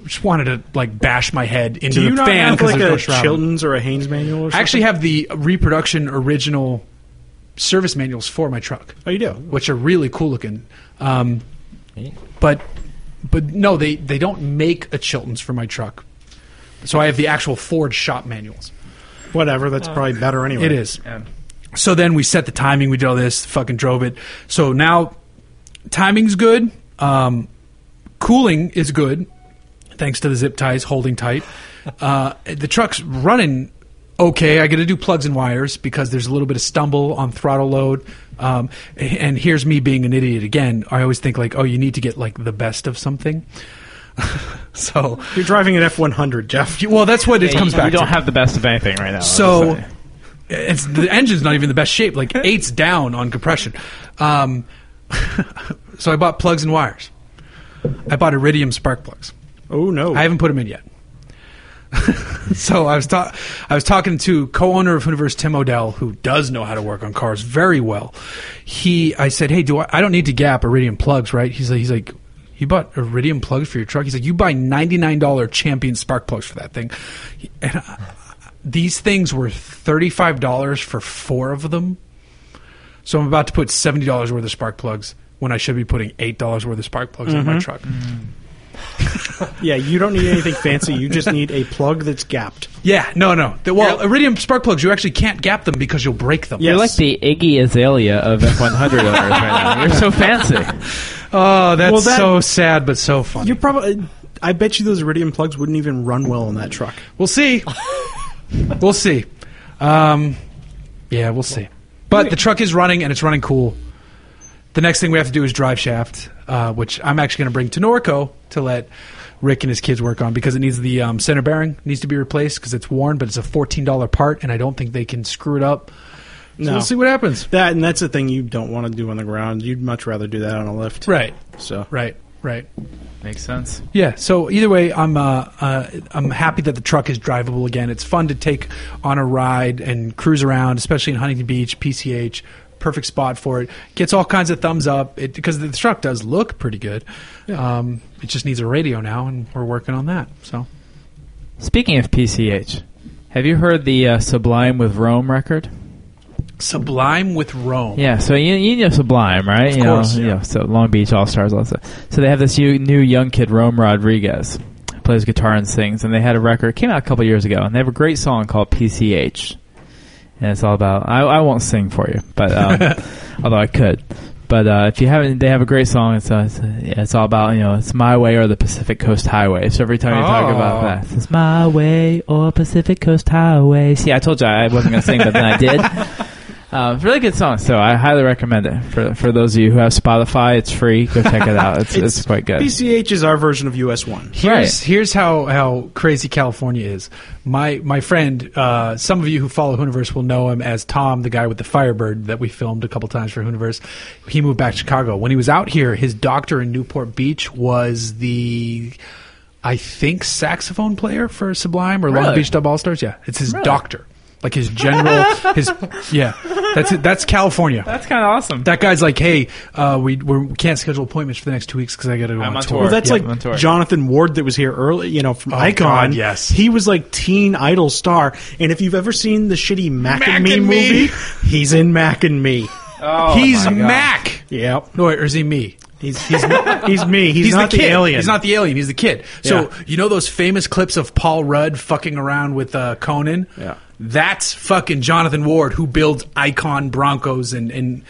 just wanted to like bash my head into Do you the not fan have because like there's a no shroud. Chilton's or a Haynes manual? Or something? I actually have the reproduction original service manuals for my truck, oh, you do. which are really cool looking. Um, but but no, they they don't make a Chilton's for my truck, so I have the actual Ford shop manuals. Whatever. That's probably better anyway. Uh, It is. So then we set the timing. We did all this. Fucking drove it. So now timing's good. Um, cooling is good, thanks to the zip ties holding tight. Uh, the truck's running okay. I got to do plugs and wires because there's a little bit of stumble on throttle load. Um, and here's me being an idiot again. I always think like, oh, you need to get like the best of something. so, You're driving an F100, Jeff. well, that's what it comes you, back. don't to. have the best of anything right now. So it's the engine's not even the best shape. Like eight's down on compression. Um, so I bought plugs and wires. I bought Iridium spark plugs. Oh no! I haven't put them in yet. so I was ta- I was talking to co-owner of Hooniverse Tim Odell, who does know how to work on cars very well. He, I said, hey, do I? I don't need to gap Iridium plugs, right? He's like, he's like, you bought Iridium plugs for your truck. He's like, you buy ninety nine dollar Champion spark plugs for that thing, and I, these things were thirty five dollars for four of them. So I'm about to put seventy dollars worth of spark plugs when I should be putting eight dollars worth of spark plugs in my truck. yeah, you don't need anything fancy. You just need a plug that's gapped. Yeah, no, no. The- well, iridium spark plugs, you actually can't gap them because you'll break them. Yeah. You're like the Iggy Azalea of F100 owners right now. You're so fancy. Oh, that's Well, that- so sad, but so funny. You probably. I bet you those iridium plugs wouldn't even run well on that truck. we'll see. we'll see. Um, yeah, we'll see. But the truck is running, and it's running cool. The next thing we have to do is drive shaft, uh, which I'm actually going to bring to Norco to let Rick and his kids work on because it needs the um, center bearing needs to be replaced because it's worn, but it's a fourteen dollar part, and I don't think they can screw it up. So No. we'll see what happens. That and that's the thing you don't want to do on the ground. You'd much rather do that on a lift. Right, So right, right. Makes sense. Yeah. So either way, I'm uh, uh, I'm happy that the truck is drivable again. It's fun to take on a ride and cruise around, especially in Huntington Beach, PCH. Perfect spot for it. Gets all kinds of thumbs up it, because the truck does look pretty good. Um, it just needs a radio now, and we're working on that. So Speaking of PCH, have you heard the uh, Sublime with Rome record? Sublime with Rome. Yeah, so you, you know Sublime, right? you course, know, yeah. you know, so Long Beach All Stars, all that. stuff. So they have this new, new young kid, Rome Rodriguez, who plays guitar and sings, and they had a record. It came out a couple years ago, and they have a great song called PCH, and it's all about. I, I won't sing for you, but um, although I could. But uh, if you haven't, they have a great song. It's uh, it's, uh, yeah, it's all about you know it's my way or the Pacific Coast Highway. So every time you talk Oh. about that, it's my way or Pacific Coast Highway. See, I told you I wasn't gonna sing, but then I did. Uh, it's a really good song, so I highly recommend it for for those of you who have Spotify. It's free. Go check it out. It's it's, quite good. PCH is our version of US one. Here's here's how, how crazy California is. My my friend, uh, some of you who follow Hooniverse will know him as Tom, the guy with the Firebird that we filmed a couple times for Hooniverse. He moved back to Chicago. When he was out here, his doctor in Newport Beach was the I think saxophone player for Sublime or Long Really? Beach Dub All Stars. Yeah, it's his doctor, like his general. his yeah, that's it. That's California. That's kind of awesome. that guy's like, hey, uh, we we're, we can't schedule appointments for the next two weeks because I got to go I'm on, on tour. tour. Well, that's Yeah, like that's right. Jonathan Ward that was here early, you know, from Icon. Oh, God, yes. he was like teen idol star. And if you've ever seen the shitty Mac, and Me and Me. movie, he's in Mac and Me. Oh He's Mac. Yep, No, wait, or is he me? he's he's he's me. He's, not the, kid. alien. He's not the alien. He's the kid. So Yeah. you know those famous clips of Paul Rudd fucking around with uh, Conan? Yeah. That's fucking Jonathan Ward who builds icon Broncos and and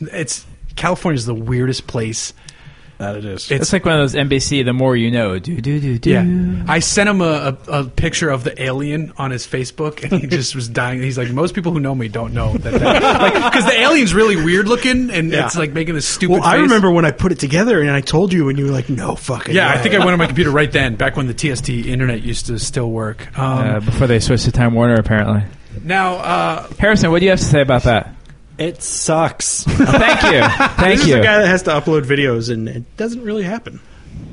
it's California's the weirdest place. that it is. It's like one of those NBC. The more you know. Do do do do. Yeah. I sent him a, a, a picture of the alien on his Facebook, and he just was dying. He's like, most people who know me don't know that. Because the alien's really weird looking, and Yeah. it's like making this stupid. well, I face. remember when I put it together and I told you, and you were like, "No fucking." Yeah, I way." think I went on my computer right then, back when the TST internet used to still work. Um, Uh, before they switched to Time Warner, apparently. Now, uh, Harrison, what do you have to say about that? It sucks. Thank you. Thank This you. is the guy that has to upload videos, and it doesn't really happen.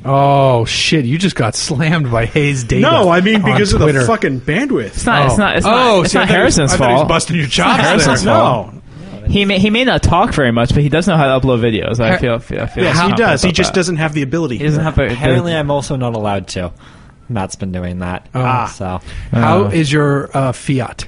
oh shit, you just got slammed by Hayes Data. No, I mean on because of Twitter. the fucking bandwitch. it's not. It's not. It's not, Oh, it's see, I thought not he was- Harrison's I thought he was fault. busting your chops. Harrison's there. fault. No, He may he may not talk very much, but he does know how to upload videos. I Har- feel. feel, I feel yes, he confident does. He about just that. doesn't have the ability. He doesn't have. A, Apparently, I'm also not allowed to. Matt's been doing that. Ah. So How Oh. is your uh, Fiat?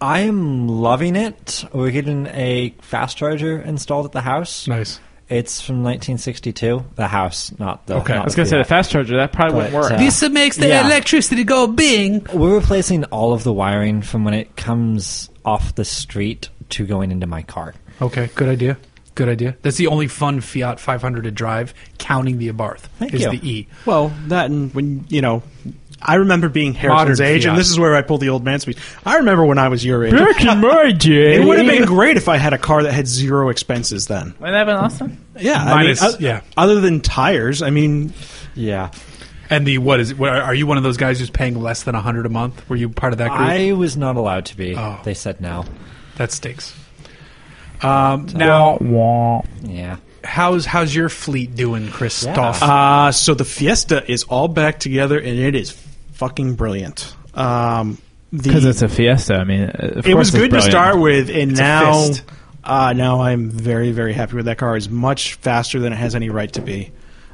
I'm loving it. We're getting a fast charger installed at the house. Nice. It's from 1962. The house, not the. Okay. not I was gonna say the fast charger. That probably wouldn't But, work. uh, This makes the Yeah. electricity go bing. We're replacing all of the wiring from when it comes off the street to going into my car. Okay, good idea. Good idea. That's the only fun Fiat 500 to drive, counting the Abarth. Thank is you. the E. Well, that and when you know, I remember being Harrison's Modern age, Fiat. and this is where I pull the old man speech. I remember when I was your age. Back in my day, It would have been great if I had a car that had zero expenses then. Wouldn't that have been awesome? Yeah, Minus- I mean, o- yeah. Other than tires, I mean, Yeah. And the what is it? what- Are you one of those guys who's paying less than 100 a month? Were you part of that group? I was not allowed to be. Oh. They said no. that stinks. Um, now, Wah. Yeah. how's how's your fleet doing, Christoph? Uh, so the Fiesta is all back together, and it is fucking brilliant. Um, because it's a Fiesta. I mean, of it course was it's good to brilliant. start with, and a now, fist. uh, now I'm very, very happy with that car. It's much faster than it has any right to be.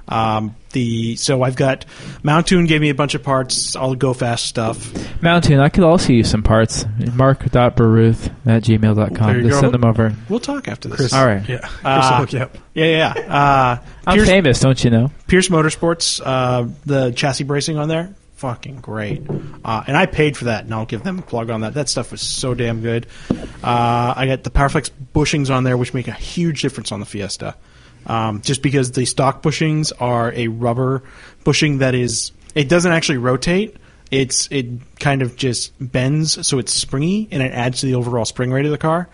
Um, the so I've got Mountoon gave me a bunch of parts, all go fast stuff. Mountain, I could also use some parts. Mark.baruth at There gmail.com. you Just go. send them over. We'll talk after this. Chris, all right. Yeah. Chris, Uh, look, yep. Yeah, yeah. yeah. Uh, I'm Pierce, famous, don't you know? Pierce Motorsports, uh, the chassis bracing on there, fucking great. Uh, and I paid for that, and I'll give them a plug on that. That stuff was so damn good. Uh, I got the Powerflex bushings on there, which make a huge difference on the Fiesta. Um, just because the stock bushings are a rubber bushing that is, it doesn't actually rotate. It's it kind of just bends, so it's springy, and it adds to the overall spring rate of the car.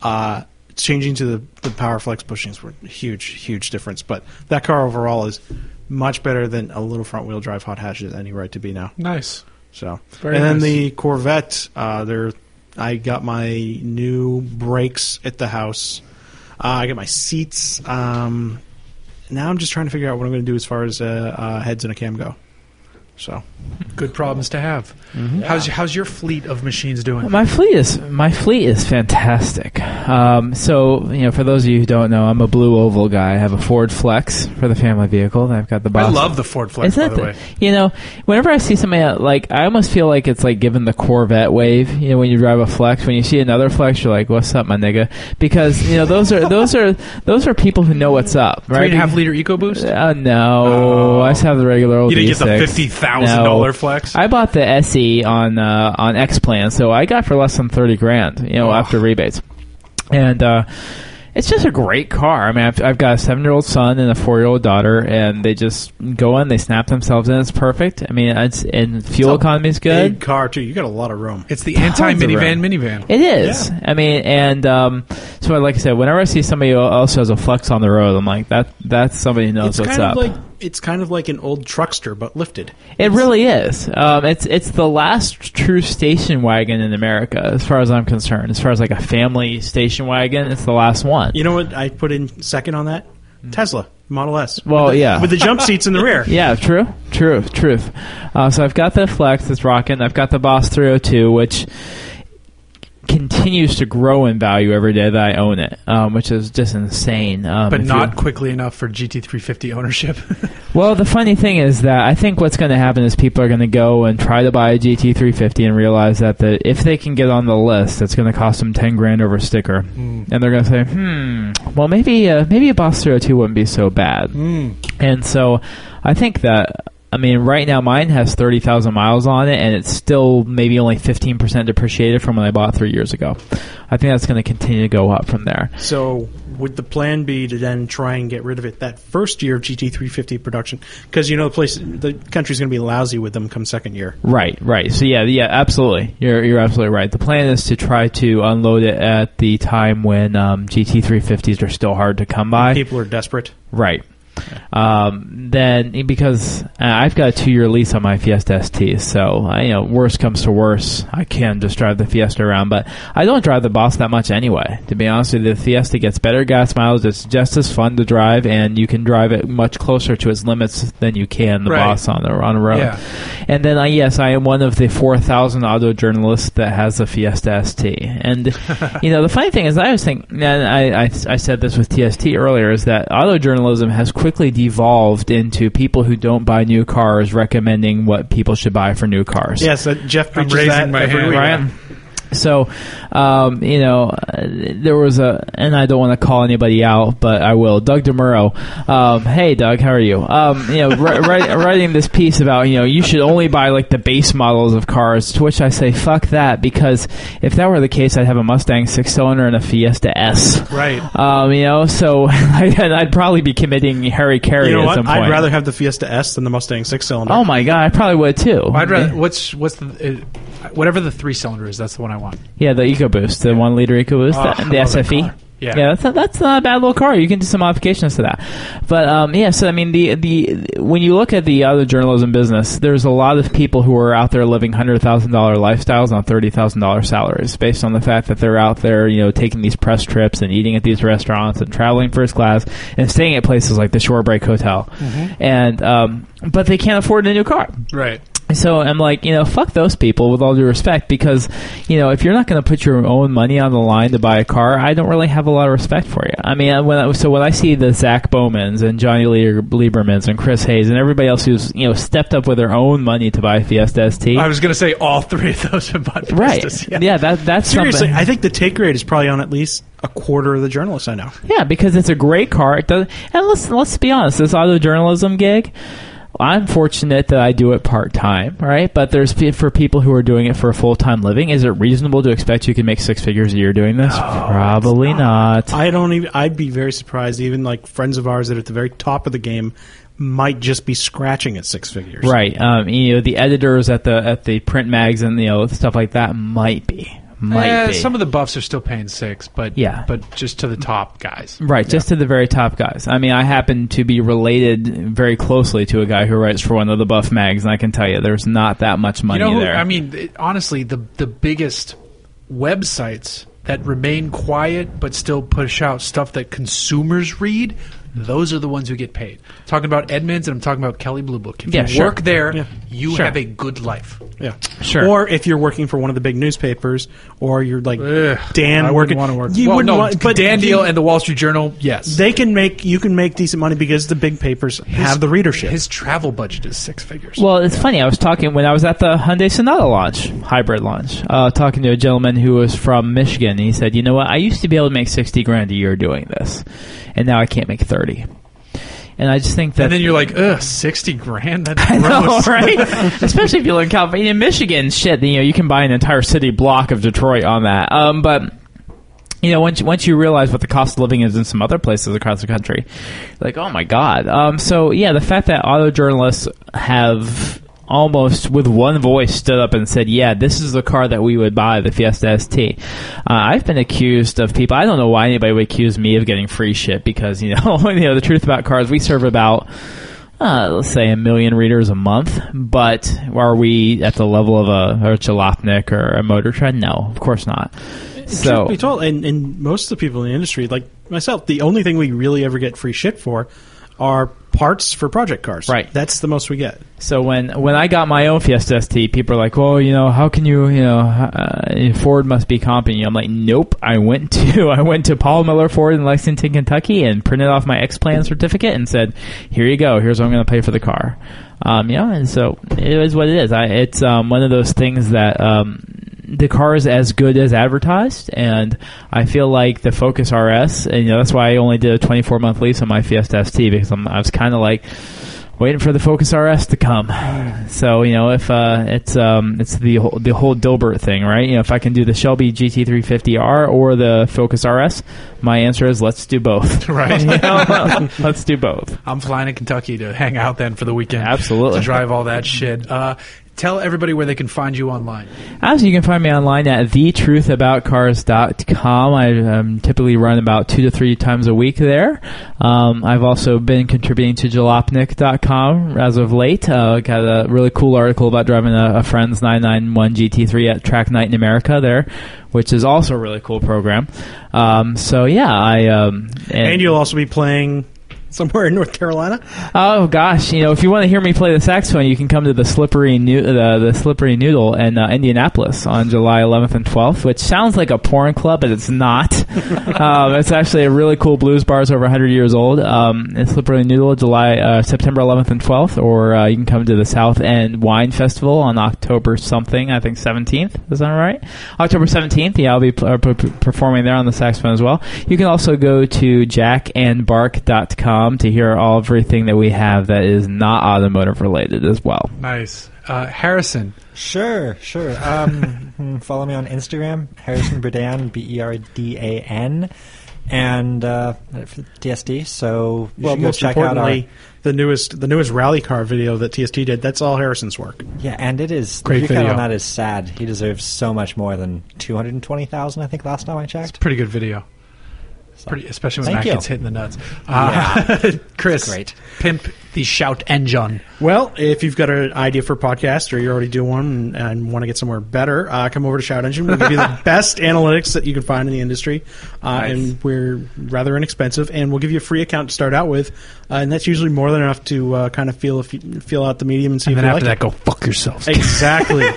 Uh, changing to the, the power flex bushings were a huge huge difference but that car overall is much better than a little front wheel drive hot hatch has any right to be now Nice. so Very and then nice. the corvette uh there i got my new brakes at the house uh, i got my seats um now i'm just trying to figure out what i'm going to do as far as uh, uh heads and a cam go so Good problems to have. Mm-hmm. How's how's your fleet of machines doing? My fleet is my fleet is fantastic. Um, so you know, for those of you who don't know, I'm a blue oval guy. I have a Ford Flex for the family vehicle. and I've got the. I Boss. love the Ford Flex, by Isn't the that way. You know, whenever I see somebody out- like, I almost feel like it's like given the Corvette wave. You know, when you drive a Flex, when you see another Flex, you're like, "What's up, my nigga?" Because you know those are those are those are people who know what's up, right? Three and a half liter EcoBoost. Uh, no, Oh. I just have the regular old. you didn't get the V6. fifty thousand E No. dollar Flex. I bought the SE on uh, on X Plan, so I got for less than thirty grand, you know, after rebates, and uh, it's just a great car. I mean, I've, I've got a seven year old son and a four year old daughter, and they just go in, they snap themselves in, it's perfect. I mean, it's and fuel It's a economy is good. big car too you got a lot of room it's the anti minivan minivan. It is. I mean, and um, so like I said, whenever I see somebody who also has a flex on the road, I'm like, that that's somebody who knows it's what's kind of up. like it's kind of like an old truckster but lifted It really is. Um, it's it's the last true station wagon in America, as far as I'm concerned. As far as like a family station wagon, it's the last one. You know what I put in second on that? Tesla Model S. Well, with the, yeah. with the jump seats in the rear. Yeah, true, true, truth. Uh, so I've got the Flex that's rocking. I've got the Boss 302, which continues to grow in value every day that I own it, um, which is just insane. Um, But if you- not quickly enough for GT350 ownership. Well, the funny thing is that I think what's going to happen is people are going to go and try to buy a GT350 and realize that the, if they can get on the list, it's going to cost them 10 grand over sticker. And they're going to say, hmm, well, maybe, uh, maybe a Boss 302 wouldn't be so bad. And so I think that. I mean, right now mine has 30,000 miles on it, and it's still maybe only 15% depreciated from when I bought three years ago. I think that's going to continue to go up from there. So would the plan be to then try and get rid of it that first year of GT350 production? Because you know the place, the country's going to be lousy with them come second year. Right, right. So yeah, yeah, absolutely. You're you're absolutely right. The plan is to try to unload it at the time when um, GT350s are still hard to come by. People are desperate. Right. Um, then because uh, I've got a two-year lease on my Fiesta ST, so I, you know, worst comes to worst, I can just drive the Fiesta around. But I don't drive the Boss that much anyway. To be honest with you, the Fiesta gets better gas mileage. It's just as fun to drive, and you can drive it much closer to its limits than you can the Right. Boss on the on the road. Yeah. And then I yes, I am one of the four thousand auto journalists that has a Fiesta ST. And you know, the funny thing is, I was thinking, and I, I I said this with TST earlier, is that auto journalism has quickly devolved into people who don't buy new cars recommending what people should buy for new cars. Yes, that Jeff I'm preaches raising that my every hand. week. Right. So, um, you know, uh, there was a, and I don't want to call anybody out, but I will. Doug DeMuro. Um, hey, Doug, how are you? Um, you know, ri- ri- writing this piece about, you know, you should only buy like the base models of cars, to which I say, fuck that, because if that were the case, I'd have a Mustang six cylinder and a Fiesta S. right. Um, you know, so and I'd probably be committing Harry Carey You know at what? some point. I'd rather have the Fiesta S than the Mustang six cylinder. Oh my god, I probably would too. I'd rather what's what's the uh, whatever the three cylinder is. That's the one I want. Yeah, the EcoBoost, the one liter EcoBoost, Ah, I the, E. the love that SFE. car. Yeah. Yeah, that's not, that's not a bad little car. You can do some modifications to that. But um, yeah, so I mean, the the when you look at the other journalism business, there's a lot of people who are out there living hundred thousand dollar lifestyles on thirty thousand dollar salaries, based on the fact that they're out there, you know, taking these press trips and eating at these restaurants and traveling first class and staying at places like the Shorebreak Hotel, and um, but they can't afford a new car. Right. So I'm like, you know, fuck those people with all due respect because, you know, if you're not going to put your own money on the line to buy a car, I don't really have a lot of respect for you. I mean, I- when I, so when I see the Zach Bowmans and Johnny Lieber- Liebermans and Chris Hayes and everybody else who's, you know, stepped up with their own money to buy a Fiesta Oh ST. I was going to say all three of those are bought right. Fiestas, Yeah, that, that's Seriously, something. I think the take rate is probably on at least a quarter of the journalists I know. Yeah, because it's a great car. It does, and let's let's be honest, this auto journalism gig. I'm fortunate that I do it part time, right? But there's pe- for people who are doing it for a full time living. Is it reasonable to expect you can make six figures a year doing this? Probably not. I don't even. I'd be very surprised. Even like friends of ours that are at the very top of the game might just be scratching at six figures. Right. Um, you know, the editors at the at the print mags and you know stuff like that might be might Eh, be Some of the buffs are still paying six, but Yeah. but just to the top guys. Right, just to the very top guys. I mean, I happen to be related very closely to a guy who writes for one of the buff mags, and I can tell you there's not that much money you know, who- there. I mean, th- honestly, the the biggest websites that remain quiet but still push out stuff that consumers read. Those are the ones who get paid. Talking about Edmonds and I'm talking about Kelly Blue Book. If Yeah, you sure. work there, Yeah. you Sure. have a good life. Yeah. Sure. Or if you're working for one of the big newspapers, or you're like Ugh, Dan I wouldn't working. want to work. You well, wouldn't no, want, but Dan you- Deal and the Wall Street Journal. Yes, They can make you can make decent money because the big papers have the readership. His travel budget is six figures. Well, it's funny. I was talking when I was at the Hyundai Sonata launch, hybrid launch, uh, talking to a gentleman who was from Michigan. And he said, "You know what? I used to be able to make sixty grand a year doing this, and now I can't make thirty. And I just think that and then you're like, ugh, sixty grand. That's I know, gross. right? Especially if you live in California, in Michigan, shit. You know, you can buy an entire city block of Detroit on that. Um, but you know, once you, once you realize what the cost of living is in some other places across the country, like, oh my god. Um, so yeah, the fact that auto journalists have almost with one voice stood up and said, "Yeah, this is the car that we would buy, the Fiesta ST." Uh, I've been accused of people. I don't know why anybody would accuse me of getting free shit because you know, you know, the truth about cars, we serve about uh, let's say a million readers a month, but are we at the level of a, or a Jalopnik or a Motor Trend? No, of course not. So Truth be told, and, and most of the people in the industry, like myself, the only thing we really ever get free shit for are parts for project cars. Right. That's the most we get. So when when I got my own Fiesta ST, people are like, "Well, you know, how can you, you know, uh, Ford must be comping you." I'm like, "Nope." I went to I went to Paul Miller Ford in Lexington, Kentucky, and printed off my X Plan certificate and said, "Here you go. Here's what I'm going to pay for the car." Um, yeah, and so it is what it is. I, it's um, one of those things that um, the car is as good as advertised, and I feel like the Focus RS, and you know, that's why I only did a 24 month lease on my Fiesta ST because I'm, I was kind of like waiting for the Focus RS to come. So you know, if uh, it's um, it's the whole, the whole Dilbert thing, right? You know, if I can do the Shelby GT350R or the Focus RS, my answer is let's do both. Right. You know? let's do both. I'm flying to Kentucky to hang out then for the weekend. Absolutely. To drive all that shit. Uh, tell everybody where they can find you online. As you can find me online at thetruthaboutcars.com. I um, typically run about two to three times a week there. Um, I've also been contributing to jalopnik.com as of late. Uh, got a really cool article about driving a, a friend's 991 GT3 at Track Night in America there, which is also a really cool program. Um, so yeah, I um, And, you'll also be playing somewhere in North Carolina. Oh gosh, you know, if you want to hear me play the saxophone, you can come to the slippery Noo- the, the slippery noodle in uh, Indianapolis on July 11th and 12th, which sounds like a porn club, but it's not. um, it's actually a really cool blues bar. It's over 100 years old. Um, it's slippery noodle, July uh, September 11th and 12th, or uh, you can come to the South End Wine Festival on October something. I think 17th. Is that right? October 17th. Yeah, I'll be uh, p- p- performing there on the saxophone as well. You can also go to jackandbark.com to hear all everything that we have that is not automotive related as well. Nice. Uh, Harrison, Sure, sure. Um, hmm, follow me on Instagram, Harrison Berdan, B E R D A N, and uh, DSD. So you well, should go most check out our importantly, the newest the newest rally car video that TST did. That's all Harrison's work. yeah, and it is Great the review count video. on that is sad. He deserves so much more than two hundred and twenty thousand. I think last time I it's checked. a pretty good video. So, Pretty, especially when Thank that you. gets hit in the nuts. Uh, Chris, great. pimp the shout engine. Well, if you've got an idea for a podcast or you already do one and, and want to get somewhere better, uh, come over to Shout Engine. We'll give you the best analytics that you can find in the industry. Uh, And we're rather inexpensive. And we'll give you a free account to start out with. Uh, and that's usually more than enough to uh, kind of feel if you, feel out the medium and see And if then you after that, like go fuck yourselves. it. Exactly.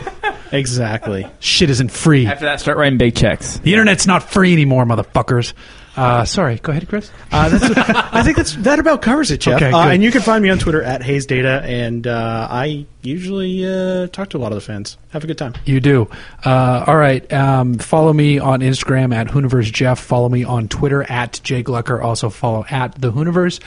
exactly. Shit isn't free. After that, start writing big checks. The internet's not free anymore, motherfuckers. Uh, sorry, go ahead, Chris. Uh, that's I think that's that about covers it, Jeff. Okay, uh, good. and you can find me on Twitter at Hayes Data, and uh, I usually uh, talk to a lot of the fans. Have a good time. You do. Uh, all right. Um, follow me on Instagram at Hooniverse Jeff. Follow me on Twitter at Jay Glucker. Also follow at The Hooniverse.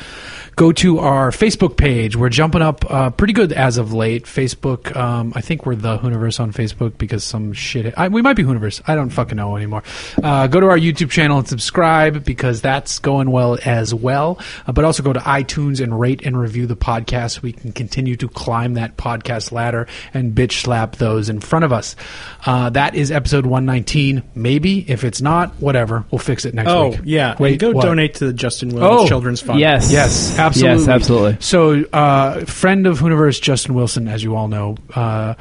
Go to our Facebook page. We're jumping up uh, pretty good as of late. Facebook, um, I think we're The Hooniverse on Facebook because some shit. I, we might be Hooniverse. I don't fucking know anymore. Uh, go to our YouTube channel and subscribe because that's going well as well. Uh, but also go to iTunes and rate and review the podcast. We can continue to climb that podcast ladder and bitch slap those in front of us. Uh, that is episode 119. Maybe. If it's not, whatever. We'll fix it next Oh week. yeah, Wait, and go what? donate to the Justin Williams Oh, Children's Fund. Yes. Yes, absolutely. Yes, absolutely. So, uh, friend of Hooniverse, Justin Wilson, as you all know, uh,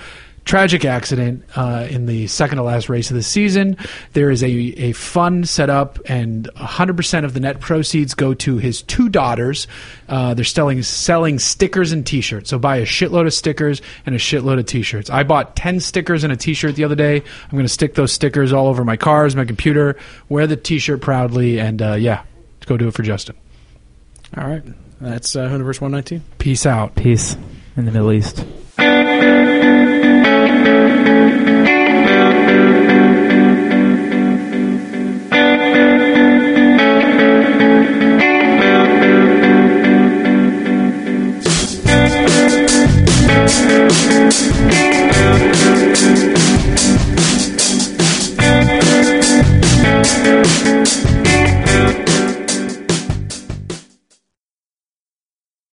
tragic accident uh, in the second to last race of the season. There is a, a fund set up, and 100% of the net proceeds go to his two daughters. Uh, they're selling, selling stickers and t shirts. So, buy a shitload of stickers and a shitload of t shirts. I bought 10 stickers and a t shirt the other day. I'm going to stick those stickers all over my cars, my computer, wear the t shirt proudly, and uh, yeah, go do it for Justin. All right, that's uh, Hooniverse one nineteen. Peace out. Peace in the Middle East.